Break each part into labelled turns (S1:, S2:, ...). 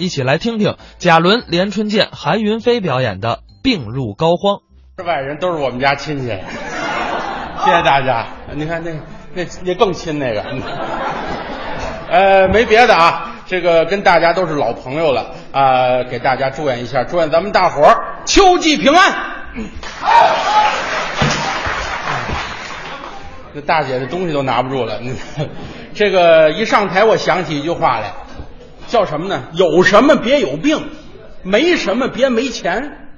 S1: 一起来听听贾伦、连春建、韩云飞表演的《病入膏肓》。
S2: 这外人都是我们家亲戚，谢谢大家。你看那那那更亲那个，呃，没别的啊，这个跟大家都是老朋友了啊、给大家祝愿一下，祝愿咱们大伙儿秋季平安。那大姐的东西都拿不住了， 你这个一上台，我想起一句话来，叫什么呢？有什么别有病，没什么别没钱。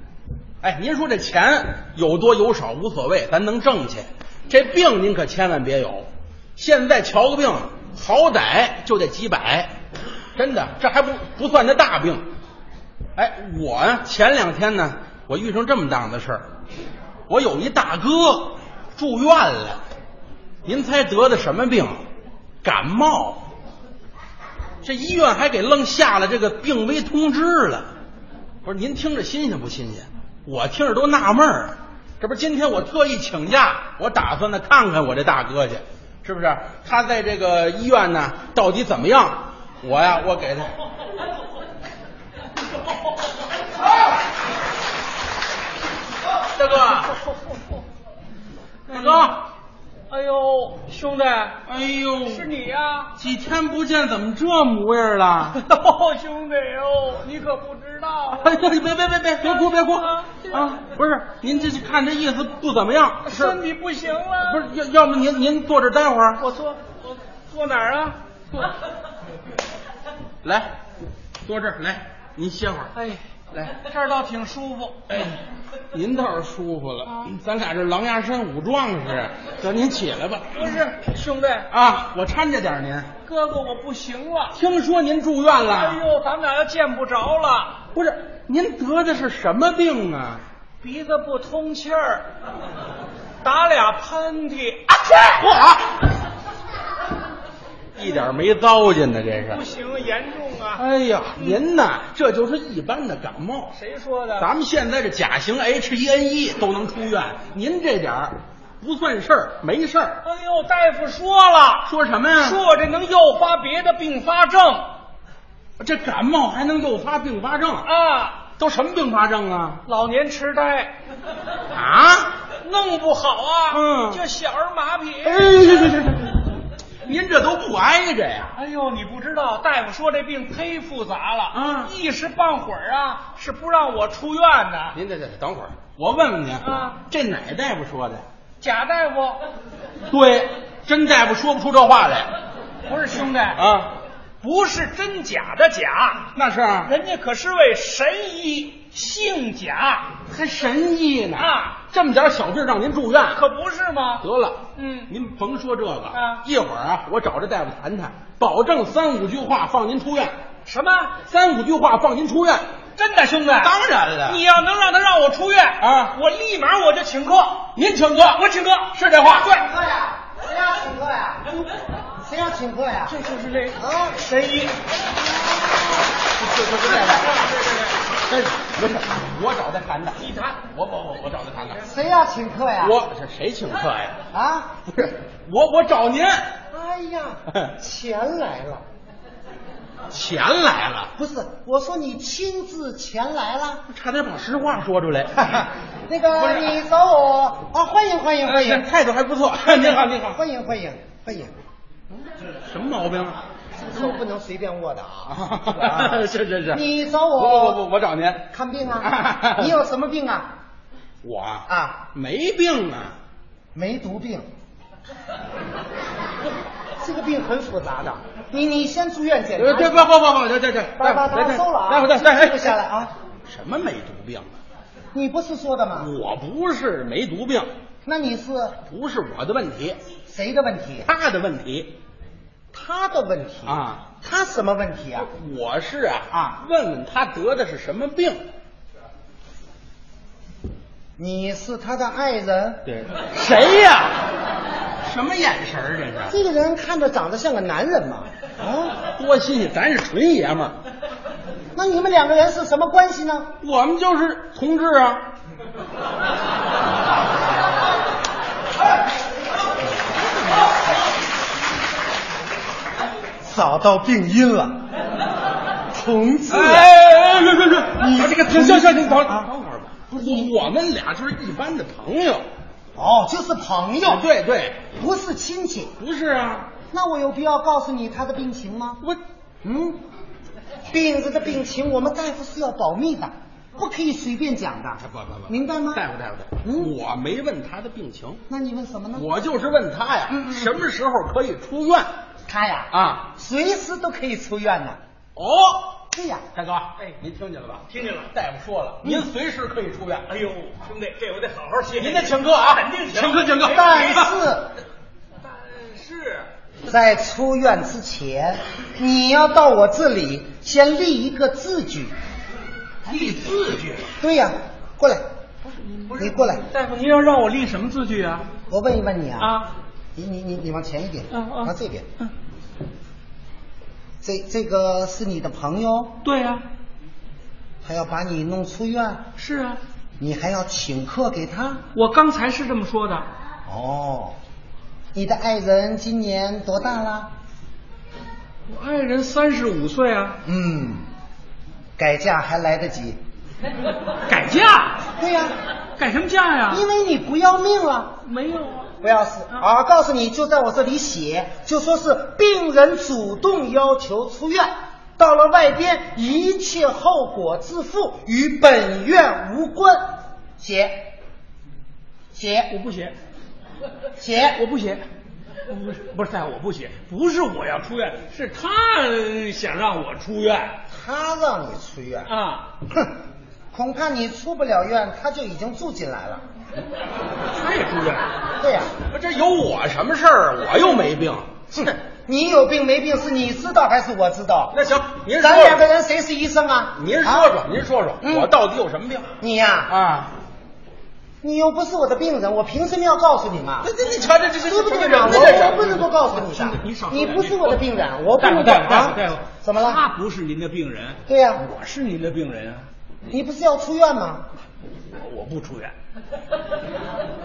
S2: 哎，您说这钱有多有少无所谓，咱能挣去。这病您可千万别有。现在瞧个病，好歹就得几百，真的，这还不不算这大病。哎，我啊前两天呢，我遇上这么档子事儿，我有一大哥住院了，您猜得的什么病？感冒。这医院还给愣下了这个病危通知了。不是您听着新鲜不新鲜？我听着都纳闷儿。啊这不是今天我特意请假，我打算呢看看我这大哥去，是不是？他在这个医院呢到底怎么样？我呀，我给他。大哥，大哥，
S3: 哎呦，兄弟，
S2: 哎呦，
S3: 是你呀、
S2: 几天不见，怎么这模样了？
S3: 哦，兄弟哟，你可不知道啊，
S2: 哎呦，别别别别别哭别哭
S3: 啊
S2: 啊！不是，您这看这意思不怎么样，是
S3: 身体不行了。
S2: 不是？要要不您您坐这儿待会儿，
S3: 我坐我坐哪儿啊？坐。
S2: 来，坐这儿来，您歇会儿。
S3: 哎，
S2: 来，
S3: 这儿倒挺舒服。
S2: 哎，您倒是舒服了
S3: 啊，
S2: 咱俩这狼牙山五壮士，得您起来吧。
S3: 不是，兄弟，
S2: 啊，我搀着点儿您。
S3: 哥哥我不行了。
S2: 听说您住院
S3: 哎
S2: 了，
S3: 呦，咱们俩要见不着了，
S2: 不是？您得的是什么病啊？
S3: 鼻子不通气儿，打俩喷嚏，
S2: 啊去！我一点没糟践呢，这
S3: 不
S2: 是。
S3: 行，严重啊！
S2: 哎呀，您呐，这就是一般的感冒。
S3: 谁说的？
S2: 咱们现在这甲型 H1N1 E 都能出院，您这点儿不算事儿，没事儿。
S3: 哎呦，大夫说了，
S2: 说什么呀？
S3: 说我这能诱发别的并发症
S2: 这感冒还能诱发并发症，
S3: 啊。
S2: 都什么并发症啊？
S3: 老年痴 呆，
S2: 啊？
S3: 弄不好啊，
S2: 嗯
S3: 这小儿麻痹。
S2: 哎，这这这这，您这都不挨着呀？
S3: 哎呦，你不知道，大夫说这病忒复杂了，
S2: 啊
S3: 一时半会儿啊是不让我出院的。
S2: 您这这等会儿，我问问您
S3: 啊，
S2: 这哪大夫说的？
S3: 贾 大夫，
S2: 对，真大夫说不出这话来
S3: 不是兄弟，
S2: 啊。
S3: 不是真假的假，
S2: 那是啊
S3: 人家可是位神医，姓贾，
S2: 还神医呢
S3: 啊！
S2: 这么点小病让您住院，
S3: 可不是吗？
S2: 得了，
S3: 嗯
S2: 您甭说这个
S3: 啊
S2: 一会儿啊，我找这大夫谈谈，保证三五句话放您出院，
S3: 什么？
S2: 三五句话放您出院。
S3: 真的，兄弟？
S2: 当然了
S3: 你要能让他让我出院
S2: 啊
S3: 我立马我就请客。
S2: 您请客，
S3: 我请客
S2: 是这话，对，
S4: 客呀？谁要请客呀？谁要请客呀？
S3: 这就是这
S4: 啊，
S3: 神医。
S2: 就就就这个，真是哎没事，我找他谈谈。你谈，哎我我我我找他谈谈。
S4: 谁要请客呀？
S2: 我这谁请客呀？
S4: 啊，
S2: 不是，我我找您，
S4: 哎呀，钱来了，
S2: 钱来了，
S4: 不是，我说你亲自前 来了。
S2: 差点把实话说出 来。
S4: 那
S2: 不
S4: 个，
S2: 是
S4: 你找我啊，欢迎欢迎欢
S2: 这
S4: 迎，
S2: 哎态度还不错。您哎好，您好，
S4: 欢迎欢迎欢迎，
S2: 什么毛病啊？
S4: 手不能随便握的啊
S2: 啊，。 是是是，
S4: 你找
S2: 不
S4: 我
S2: 不不不，我找您，
S4: 看 病啊？你有什么病啊？
S2: 我啊
S4: 啊，
S2: 没病啊，
S4: 梅毒病。这个病很复杂的，你你先住院检查
S2: 呃
S4: 一下。
S2: 这不哎不不不，这这这，
S4: 把把把
S2: 待会
S4: 它
S2: 儿
S4: 收了啊！
S2: 待会儿待会儿待会儿
S4: 记录下来啊！
S2: 哎什么梅毒病啊？
S4: 你不是说的吗？
S2: 我不是梅毒病，
S4: 那你是
S2: 不是我的问题，
S4: 谁的问题？
S2: 他的问题
S4: 他的问题？
S2: 啊。
S4: 他什么问题啊？
S2: 我是啊啊，问问他得的是什么病？
S4: 你是他的爱人？
S2: 对，谁呀？什么眼神儿这是？
S4: 这个人看着长得像个男人嘛？啊，
S2: 多新鲜！咱是纯爷们儿，
S4: 那你们两个人是什么关系呢？
S2: 我们就是同志啊。
S4: 找到病因了。虫子啊。
S2: 哎，别别别，
S4: 你
S2: 啊
S4: 这个
S2: 行行行，你等
S4: 啊
S2: 等会儿吧。不是，我们俩就是一般的朋友。
S4: 哦，就是朋友，，
S2: 对对，
S4: 不是亲戚。
S2: 不是啊，
S4: 那我有必要告诉你他的病情吗？
S2: 我
S4: 嗯，病人的病情我们大夫是要保密的，不可以随便讲的。
S2: 啊不不不
S4: 明白吗？
S2: 大夫大夫大夫，
S4: 嗯
S2: 我没问他的病情，
S4: 那你问什么呢？
S2: 我就是问他呀，
S4: 嗯嗯
S2: 什么时候可以出院
S4: 他呀，
S2: 啊？
S4: 随时都可以出院呢。
S2: 哦，
S4: 对呀，
S2: 大哥，哎，您听见了吧？
S3: 听见了。
S2: 大夫说了，您随时可以出院。
S3: 哎呦，兄弟，这我得好好谢谢
S2: 您得请客啊，
S3: 肯定请
S2: 请客请客。
S4: 但是
S3: 但是
S4: 在出院之前，你要到我这里先立一个字据。
S3: 立字据，
S4: 对呀，过来，你过来，
S3: 大夫，您要让我立什么字据啊？
S4: 我问一问你啊，
S3: 啊，
S4: 你你你你往前一点，
S2: 啊
S3: 嗯嗯
S4: 往这边。
S3: 嗯
S4: 这这个是你的朋友，
S3: 对呀、
S4: 他要把你弄出院，
S3: 是啊，
S4: 你还要请客给他。
S3: 我刚才是这么说的。
S4: 哦，你的爱人今年多大了？
S3: 我爱人三十五岁啊，
S4: 嗯，改嫁还来得及。
S3: 改嫁，
S4: 对呀、
S3: 改什么嫁呀、
S4: 因为你不要命了。
S3: 没有啊，
S4: 不要死啊！告诉你，就在我这里写，就说是病人主动要求出院，到了外边一切后果自负，与本院无关。写，写，
S3: 我不写，
S4: 写，
S3: 我不写，不是不是大夫，我不写，不是我要出院，是他呃想让我出院
S4: 他让你出院，
S3: 啊，
S4: 哼，恐怕你出不了院，他就已经住进来了。
S2: 他也出院，
S4: 对呀、
S2: 不这有我什么事儿啊？我又没病。
S4: 哼，你有病没病是你知道还是我知道？
S2: 那行，您说
S4: 咱两个
S2: 说，
S4: 人谁是医生啊？
S2: 您
S4: 啊
S2: 说说，您说说，
S4: 嗯
S2: 我到底有什么病
S4: 你呀、
S2: 啊？
S4: 你又不是我的病人，我凭什么要告诉你嘛
S2: 那？那你瞧这这这
S4: 对不对
S2: 这
S4: 嘛？
S2: 人
S4: 我
S2: 这人
S4: 我不能够告诉你的
S3: 兄弟，你少说
S4: 你
S3: 两
S4: 不
S3: 句
S4: 是我的病人，我不
S3: 大夫
S4: 能够
S3: 大夫大
S4: 啊
S3: 夫大夫，。
S4: 怎么了？
S3: 他不是您的病人，
S4: 对呀、
S3: 我是您的病人啊，
S4: 你不是要出院吗？
S3: 我我不出院，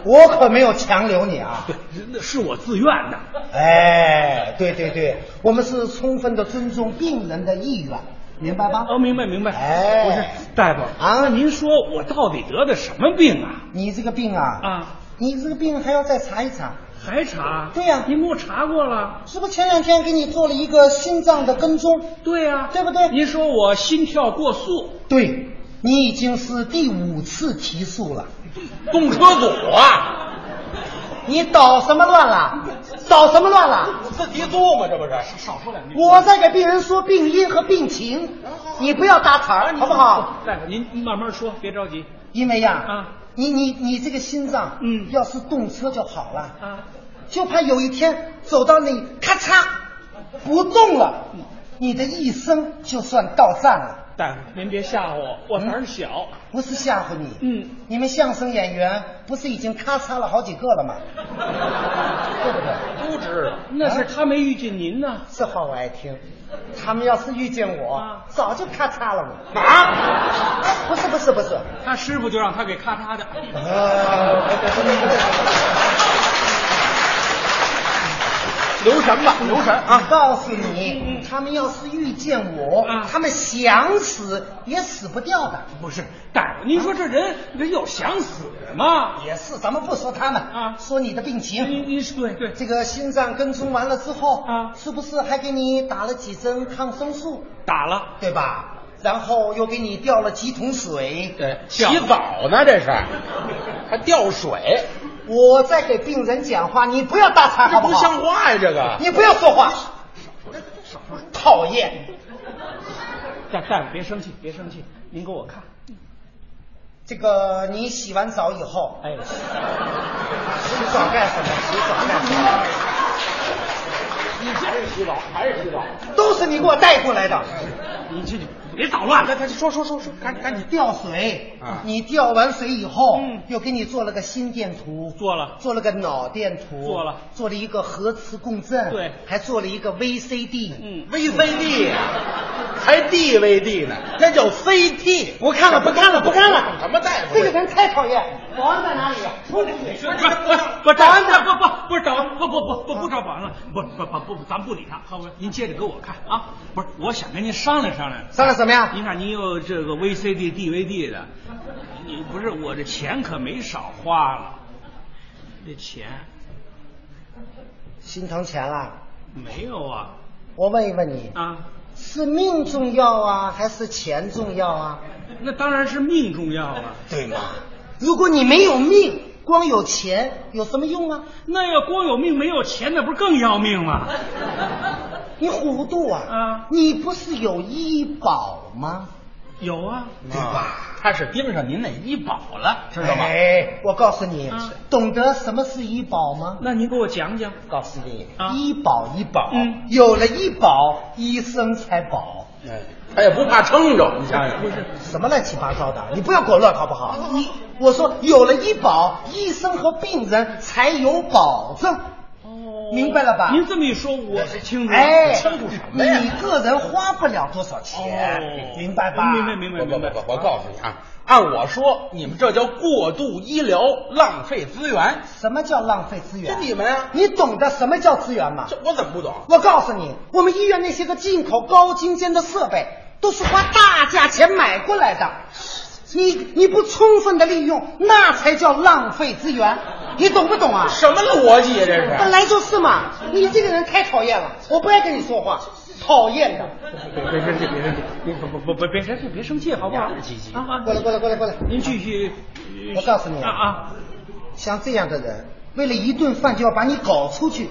S4: 我可没有强留你 啊！
S3: 对，那是我自愿的，
S4: 哎，对对对，我们是充分的尊重病人的意愿，明白吧？
S3: 哦，明白明白，
S4: 哎
S3: 不是大夫
S4: 啊
S3: 那您说我到底得的什么病啊？
S4: 你这个病啊，
S3: 啊，
S4: 你这个病还要再查一查，
S3: 还查？
S4: 对呀
S3: 您给我查过了。
S4: 是不是前两天给你做了一个心脏的跟踪？
S3: 对呀、
S4: 对不对
S3: 您说我心跳过速，
S4: 对，你已经是第五次提速了。
S2: 动车组啊，
S4: 你捣什么乱了？捣什么乱了？
S2: 自提租嘛，这不是？
S3: 少说两句。
S4: 我在给病人说病因和病情，你不要搭茬
S3: 嗯
S4: 儿，好不好？
S3: 大夫，您慢慢说，别着急。
S4: 因为呀，
S3: 啊
S4: 你你你这个心脏，
S3: 嗯
S4: 要是动车就好了，
S3: 啊，
S4: 就怕有一天走到那里咔嚓不动了，
S3: 嗯
S4: 你的一生就算到站了。
S3: 大夫，您别吓唬我，我胆儿小。
S4: 不是吓唬你，
S3: 嗯，
S4: 你们相声演员不是已经咔嚓了好几 个了吗？对不对？
S2: 都知道。
S3: 那是他没遇见您呢。
S4: 这话我爱听。他们要是遇见我，
S3: 啊
S4: 早就咔嚓了我。
S2: 啊，
S4: 不是不是不是，
S3: 他师傅就让他给咔嚓的。呃啊
S2: 留神吧，留神
S4: 啊
S2: 啊！！
S4: 告诉你，他们要是遇见我，
S3: 嗯啊
S4: 他们想死也死不掉的。
S3: 不是，大夫，您说这人人有想死的吗？
S4: 也是，咱们不说他们
S3: 啊嗯
S4: 说你的病情。
S3: 您您是对对，
S4: 这个心脏跟踪完了之后
S3: 啊
S4: 是不是还给你打了几针抗生素，
S3: 打了。
S4: 对吧？然后又给你调了几桶水。
S2: 对，洗澡呢这是，还掉水，
S4: 我在给病人讲话，你不要搭茬，好
S2: 这
S4: 不
S2: 不
S4: 好？
S2: 像话呀！这个
S4: 你不要说话，讨厌！
S3: 大大夫别生气，别生气，您给我看。
S4: 这个你洗完澡以后，
S3: 哎，
S4: 洗澡干什么？洗澡干什么？
S3: 你这洗澡还是洗澡？
S4: 都是你给我带过来的。
S3: 你这别捣乱了，他说说说说，
S4: 赶赶紧吊水
S2: 啊
S4: 你吊完水以后，
S3: 嗯
S4: 又给你做了个心电图，
S3: 做了
S4: 做了个脑电图，
S3: 做了
S4: 做了一个核磁共振，
S3: 对
S4: 还做了一个 VCD。
S3: 嗯
S2: VCD 还 DVD 呢，那叫 CT。
S4: 不看了，不看了，不看了。
S2: 什么大夫？
S4: 这个人太讨厌。保安在哪里啊呀？出去！
S3: 不不找完不不不是找不不不不不找保安了，不不不不，咱不理他，好不？您接着给我看啊，不是，我想跟您商量商商量。
S4: 商量怎么样？
S3: 你看，你有这个 VCD、DVD 的，你不是我这钱可没少花了，这钱
S4: 心疼钱了？
S3: 没有啊
S4: 我问一问你，
S3: 啊，
S4: 是命重要啊，还是钱重要啊？
S3: 那当然是命重要啊了。
S4: 对吗？如果你没有命，光有钱有什么用啊？
S3: 那要光有命没有钱，那不是更要命吗？
S4: 你糊涂啊！
S3: 啊
S4: 你不是有医保吗？
S3: 有啊，
S2: 对吧？他是盯上您那医保了，知道吗？
S4: 哎，我告诉你，
S3: 啊
S4: 懂得什么是医保吗？
S3: 那您给我讲讲。
S4: 告诉你，
S3: 啊
S4: 医保医保，
S3: 嗯
S4: 有了医保，医生才保。
S2: 哎，他也不怕撑着，你想想，
S3: 不是，
S4: 什么乱七八糟的，你不要给我乱好不好？
S3: 嗯
S4: 你我说有了医保，医生和病人才有保证，
S3: 哦
S4: 明白了吧？
S3: 您这么一说，我是清楚了。
S4: 哎，
S2: 清楚什么呀
S4: 你个人花不了多少钱，
S3: 哦
S4: 明白吧？
S3: 明白明白
S2: 不不
S3: 明白
S2: 不，不我告诉你啊，按我说，你们这叫过度医疗，浪费资源。
S4: 什么叫浪费资
S2: 就
S4: 源？
S2: 你们啊，
S4: 你懂得什么叫资源吗？
S2: 这我怎么不懂？
S4: 我告诉你，我们医院那些个进口高精尖的设备，都是花大价钱买过来的。你你不充分的利用，那才叫浪费资源，你懂不懂啊？
S2: 什么逻辑呀、这是？
S4: 本来就是嘛，你这个人太讨厌了，我不爱跟你说话，讨厌的。
S3: 别别生气，别生气，别不不不别生气，别生气，好不好？啊啊，
S4: 过来过来过来过来，
S3: 您继续。
S4: 我告诉你
S3: 啊啊，
S4: 像这样的人，为了一顿饭就要把你搞出去，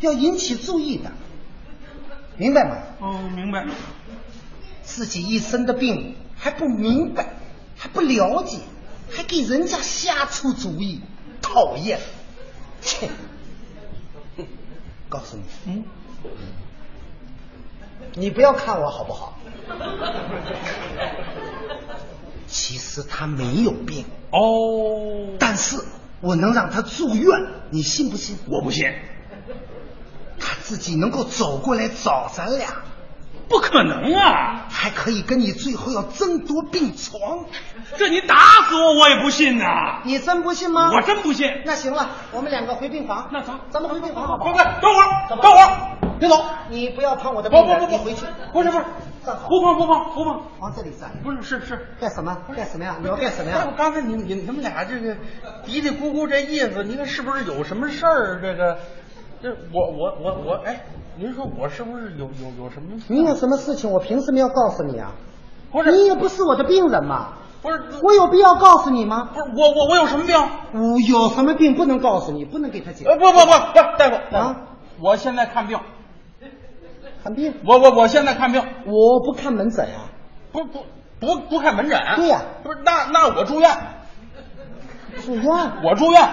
S4: 要引起注意的，明白吗？
S3: 哦，明白。
S4: 自己一身的病还不明白，还不了解，还给人家瞎出主意，讨厌！切！哼告诉你，
S3: 嗯，
S4: 你不要看我好不好？其实他没有病，
S3: 哦，
S4: 但是我能让他住院，你信不信？
S3: 我不信，
S4: 他自己能够走过来找咱俩，
S3: 不可能啊！
S4: 还可以跟你最后要争夺病床，
S3: 这你打死我，我也不信呐！
S4: 你真不信吗？
S3: 我真不信。
S4: 那行了，我们两个回病房。
S3: 那走
S4: 咱们回病房好不好？
S2: 不不，等会儿，
S4: 怎
S2: 等
S4: 么
S2: 会儿，别走！
S4: 你不要碰我的
S2: 不
S4: 病
S2: 不
S4: 人，
S2: 不
S4: 你
S2: 不，
S4: 回去。
S2: 不是不是，
S4: 站好，
S2: 不碰不碰不碰，
S4: 往这里站。
S3: 不是，是是，
S4: 干什么？干什么呀？你要干什么
S2: 哎我
S4: 呀？
S2: 刚才你你你们俩这个嘀嘀咕咕这意思，你看是不是有什么事儿？这个，这我我我我，哎，您说我是不是有有有什么？
S4: 你有什么事情，我凭什么要告诉你啊？
S2: 不是
S4: 你也不是我的病人嘛，
S2: 不是
S4: 我有必要告诉你吗？
S2: 不是我我我有什么病？
S4: 我有什么病不能告诉你，不能给他解
S2: 呃
S4: 释。
S2: 不不不不，大夫大夫
S4: 啊，
S2: 我现在看病，
S4: 看病，
S2: 我我我现在看病，
S4: 我不看门诊啊。
S2: 不不不不看门诊。啊
S4: 对呀
S2: 不是那那我住院，
S4: 住院，
S2: 我住院，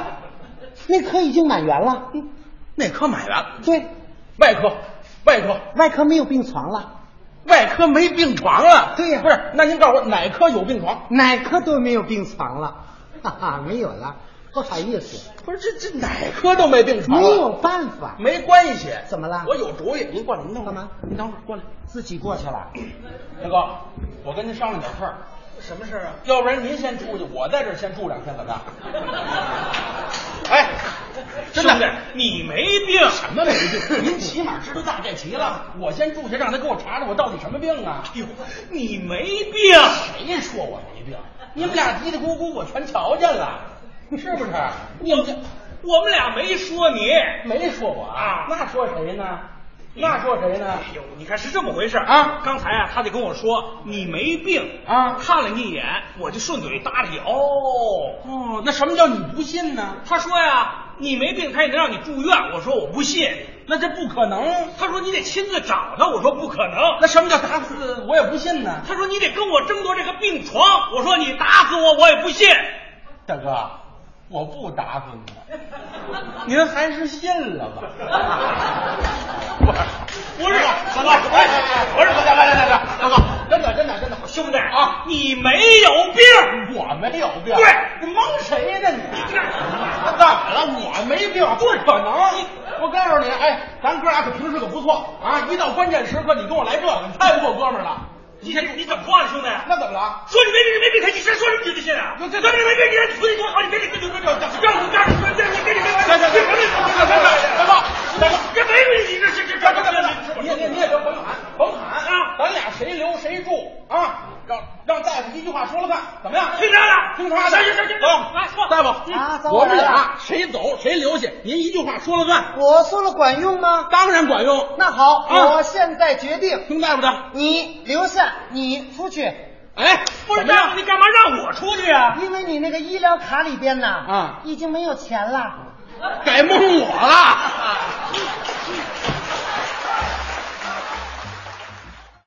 S4: 内科已经满员了。嗯，
S2: 内科买完，
S4: 对，
S2: 外科外科
S4: 外科没有病床了，
S2: 外科没病床了。
S4: 对呀
S2: 不是，那您告诉我哪科有病床？
S4: 哪科都没有病床了，哈哈，没有了，不好意思，
S2: 不是这这哪科都没病床
S4: 没
S2: 了
S4: 有办法。
S2: 没关系，
S4: 怎么了
S2: 我有主意，您过来，您等会儿
S4: 干嘛
S2: 您等会儿过来，
S4: 自己过去了。
S2: 大哥，我跟您商量点事儿。嗯什么事儿啊？要不然您先出去，我在这儿先住两天，怎 么样？哎，真
S3: 兄弟
S2: 的，，
S3: 你没病。
S2: 什么没病？ 您起码知道大概齐了。我先住去，让他给我查查我到底什么病 啊？
S3: 哟，你没病。
S2: 谁说我没病？你们俩嘀嘀咕咕，我全瞧见了，是不是？你们这
S3: 我们俩没说你。
S2: 没说我啊
S3: 啊？
S2: 那说谁呢？那说谁呢？
S3: 哎呦，你看是这么回事儿
S2: 啊
S3: 刚才啊，他得跟我说你没病
S2: 啊
S3: 看了你一眼，我就顺嘴搭理哦。
S2: 哦，那什么叫你不信呢？
S3: 他说呀，你没病，他也能让你住院。我说我不信。
S2: 那这不可能。
S3: 他说你得亲自找他，我说不可能。
S2: 那什么叫打死我也不信呢？
S3: 他说你得跟我争夺这个病床，我说你打死我我也不信。
S2: 大哥，我不打死你，您还是信了吧？
S3: 不是，
S2: 大哥，哎哎哎，不是，大哥，大哥，大哥，真的真的真的，
S3: 兄弟
S2: 啊
S3: 你没有病。
S2: 我没有病。
S3: 对
S2: 你蒙谁呢你？啊怎么了？我没病，不可能！我告诉你，哎，咱哥俩可平时可不错啊，一到关键时刻你跟我来这个，你太不够哥们儿了。
S3: 你这你怎么话呢，兄弟？
S2: 那怎么了？
S3: 说你没病，你没病，他你先说什么你就信啊？
S2: 这
S3: 那
S2: 这
S3: 这没病，你让你出去多好，你别理，别别别别，让你让你别别你别理，别别别别别别别别，这没病，你这这这这这这，
S2: 你你你也别甭喊，甭喊啊！
S3: 啊？
S2: 咱俩谁留谁住啊？让让大夫一句话说了算，怎么样？
S3: 听他的
S2: 听他的。
S3: 行行行行
S2: 走
S3: 来坐
S2: 大夫
S4: 啊走
S2: 我们
S4: 我来
S2: 俩
S4: 了
S2: 谁走谁留下，您一句话说了算，
S4: 我说了管用吗？
S2: 当然管用。
S4: 那好，
S2: 啊
S4: 我现在决定，
S2: 听大夫的。
S4: 你留下，你出去，
S2: 哎，
S3: 不是
S2: 怎么样
S3: 让你干嘛让我出去啊？
S4: 因为你那个医疗卡里边呐，
S2: 啊
S4: 已经没有钱了。
S2: 改蒙我了。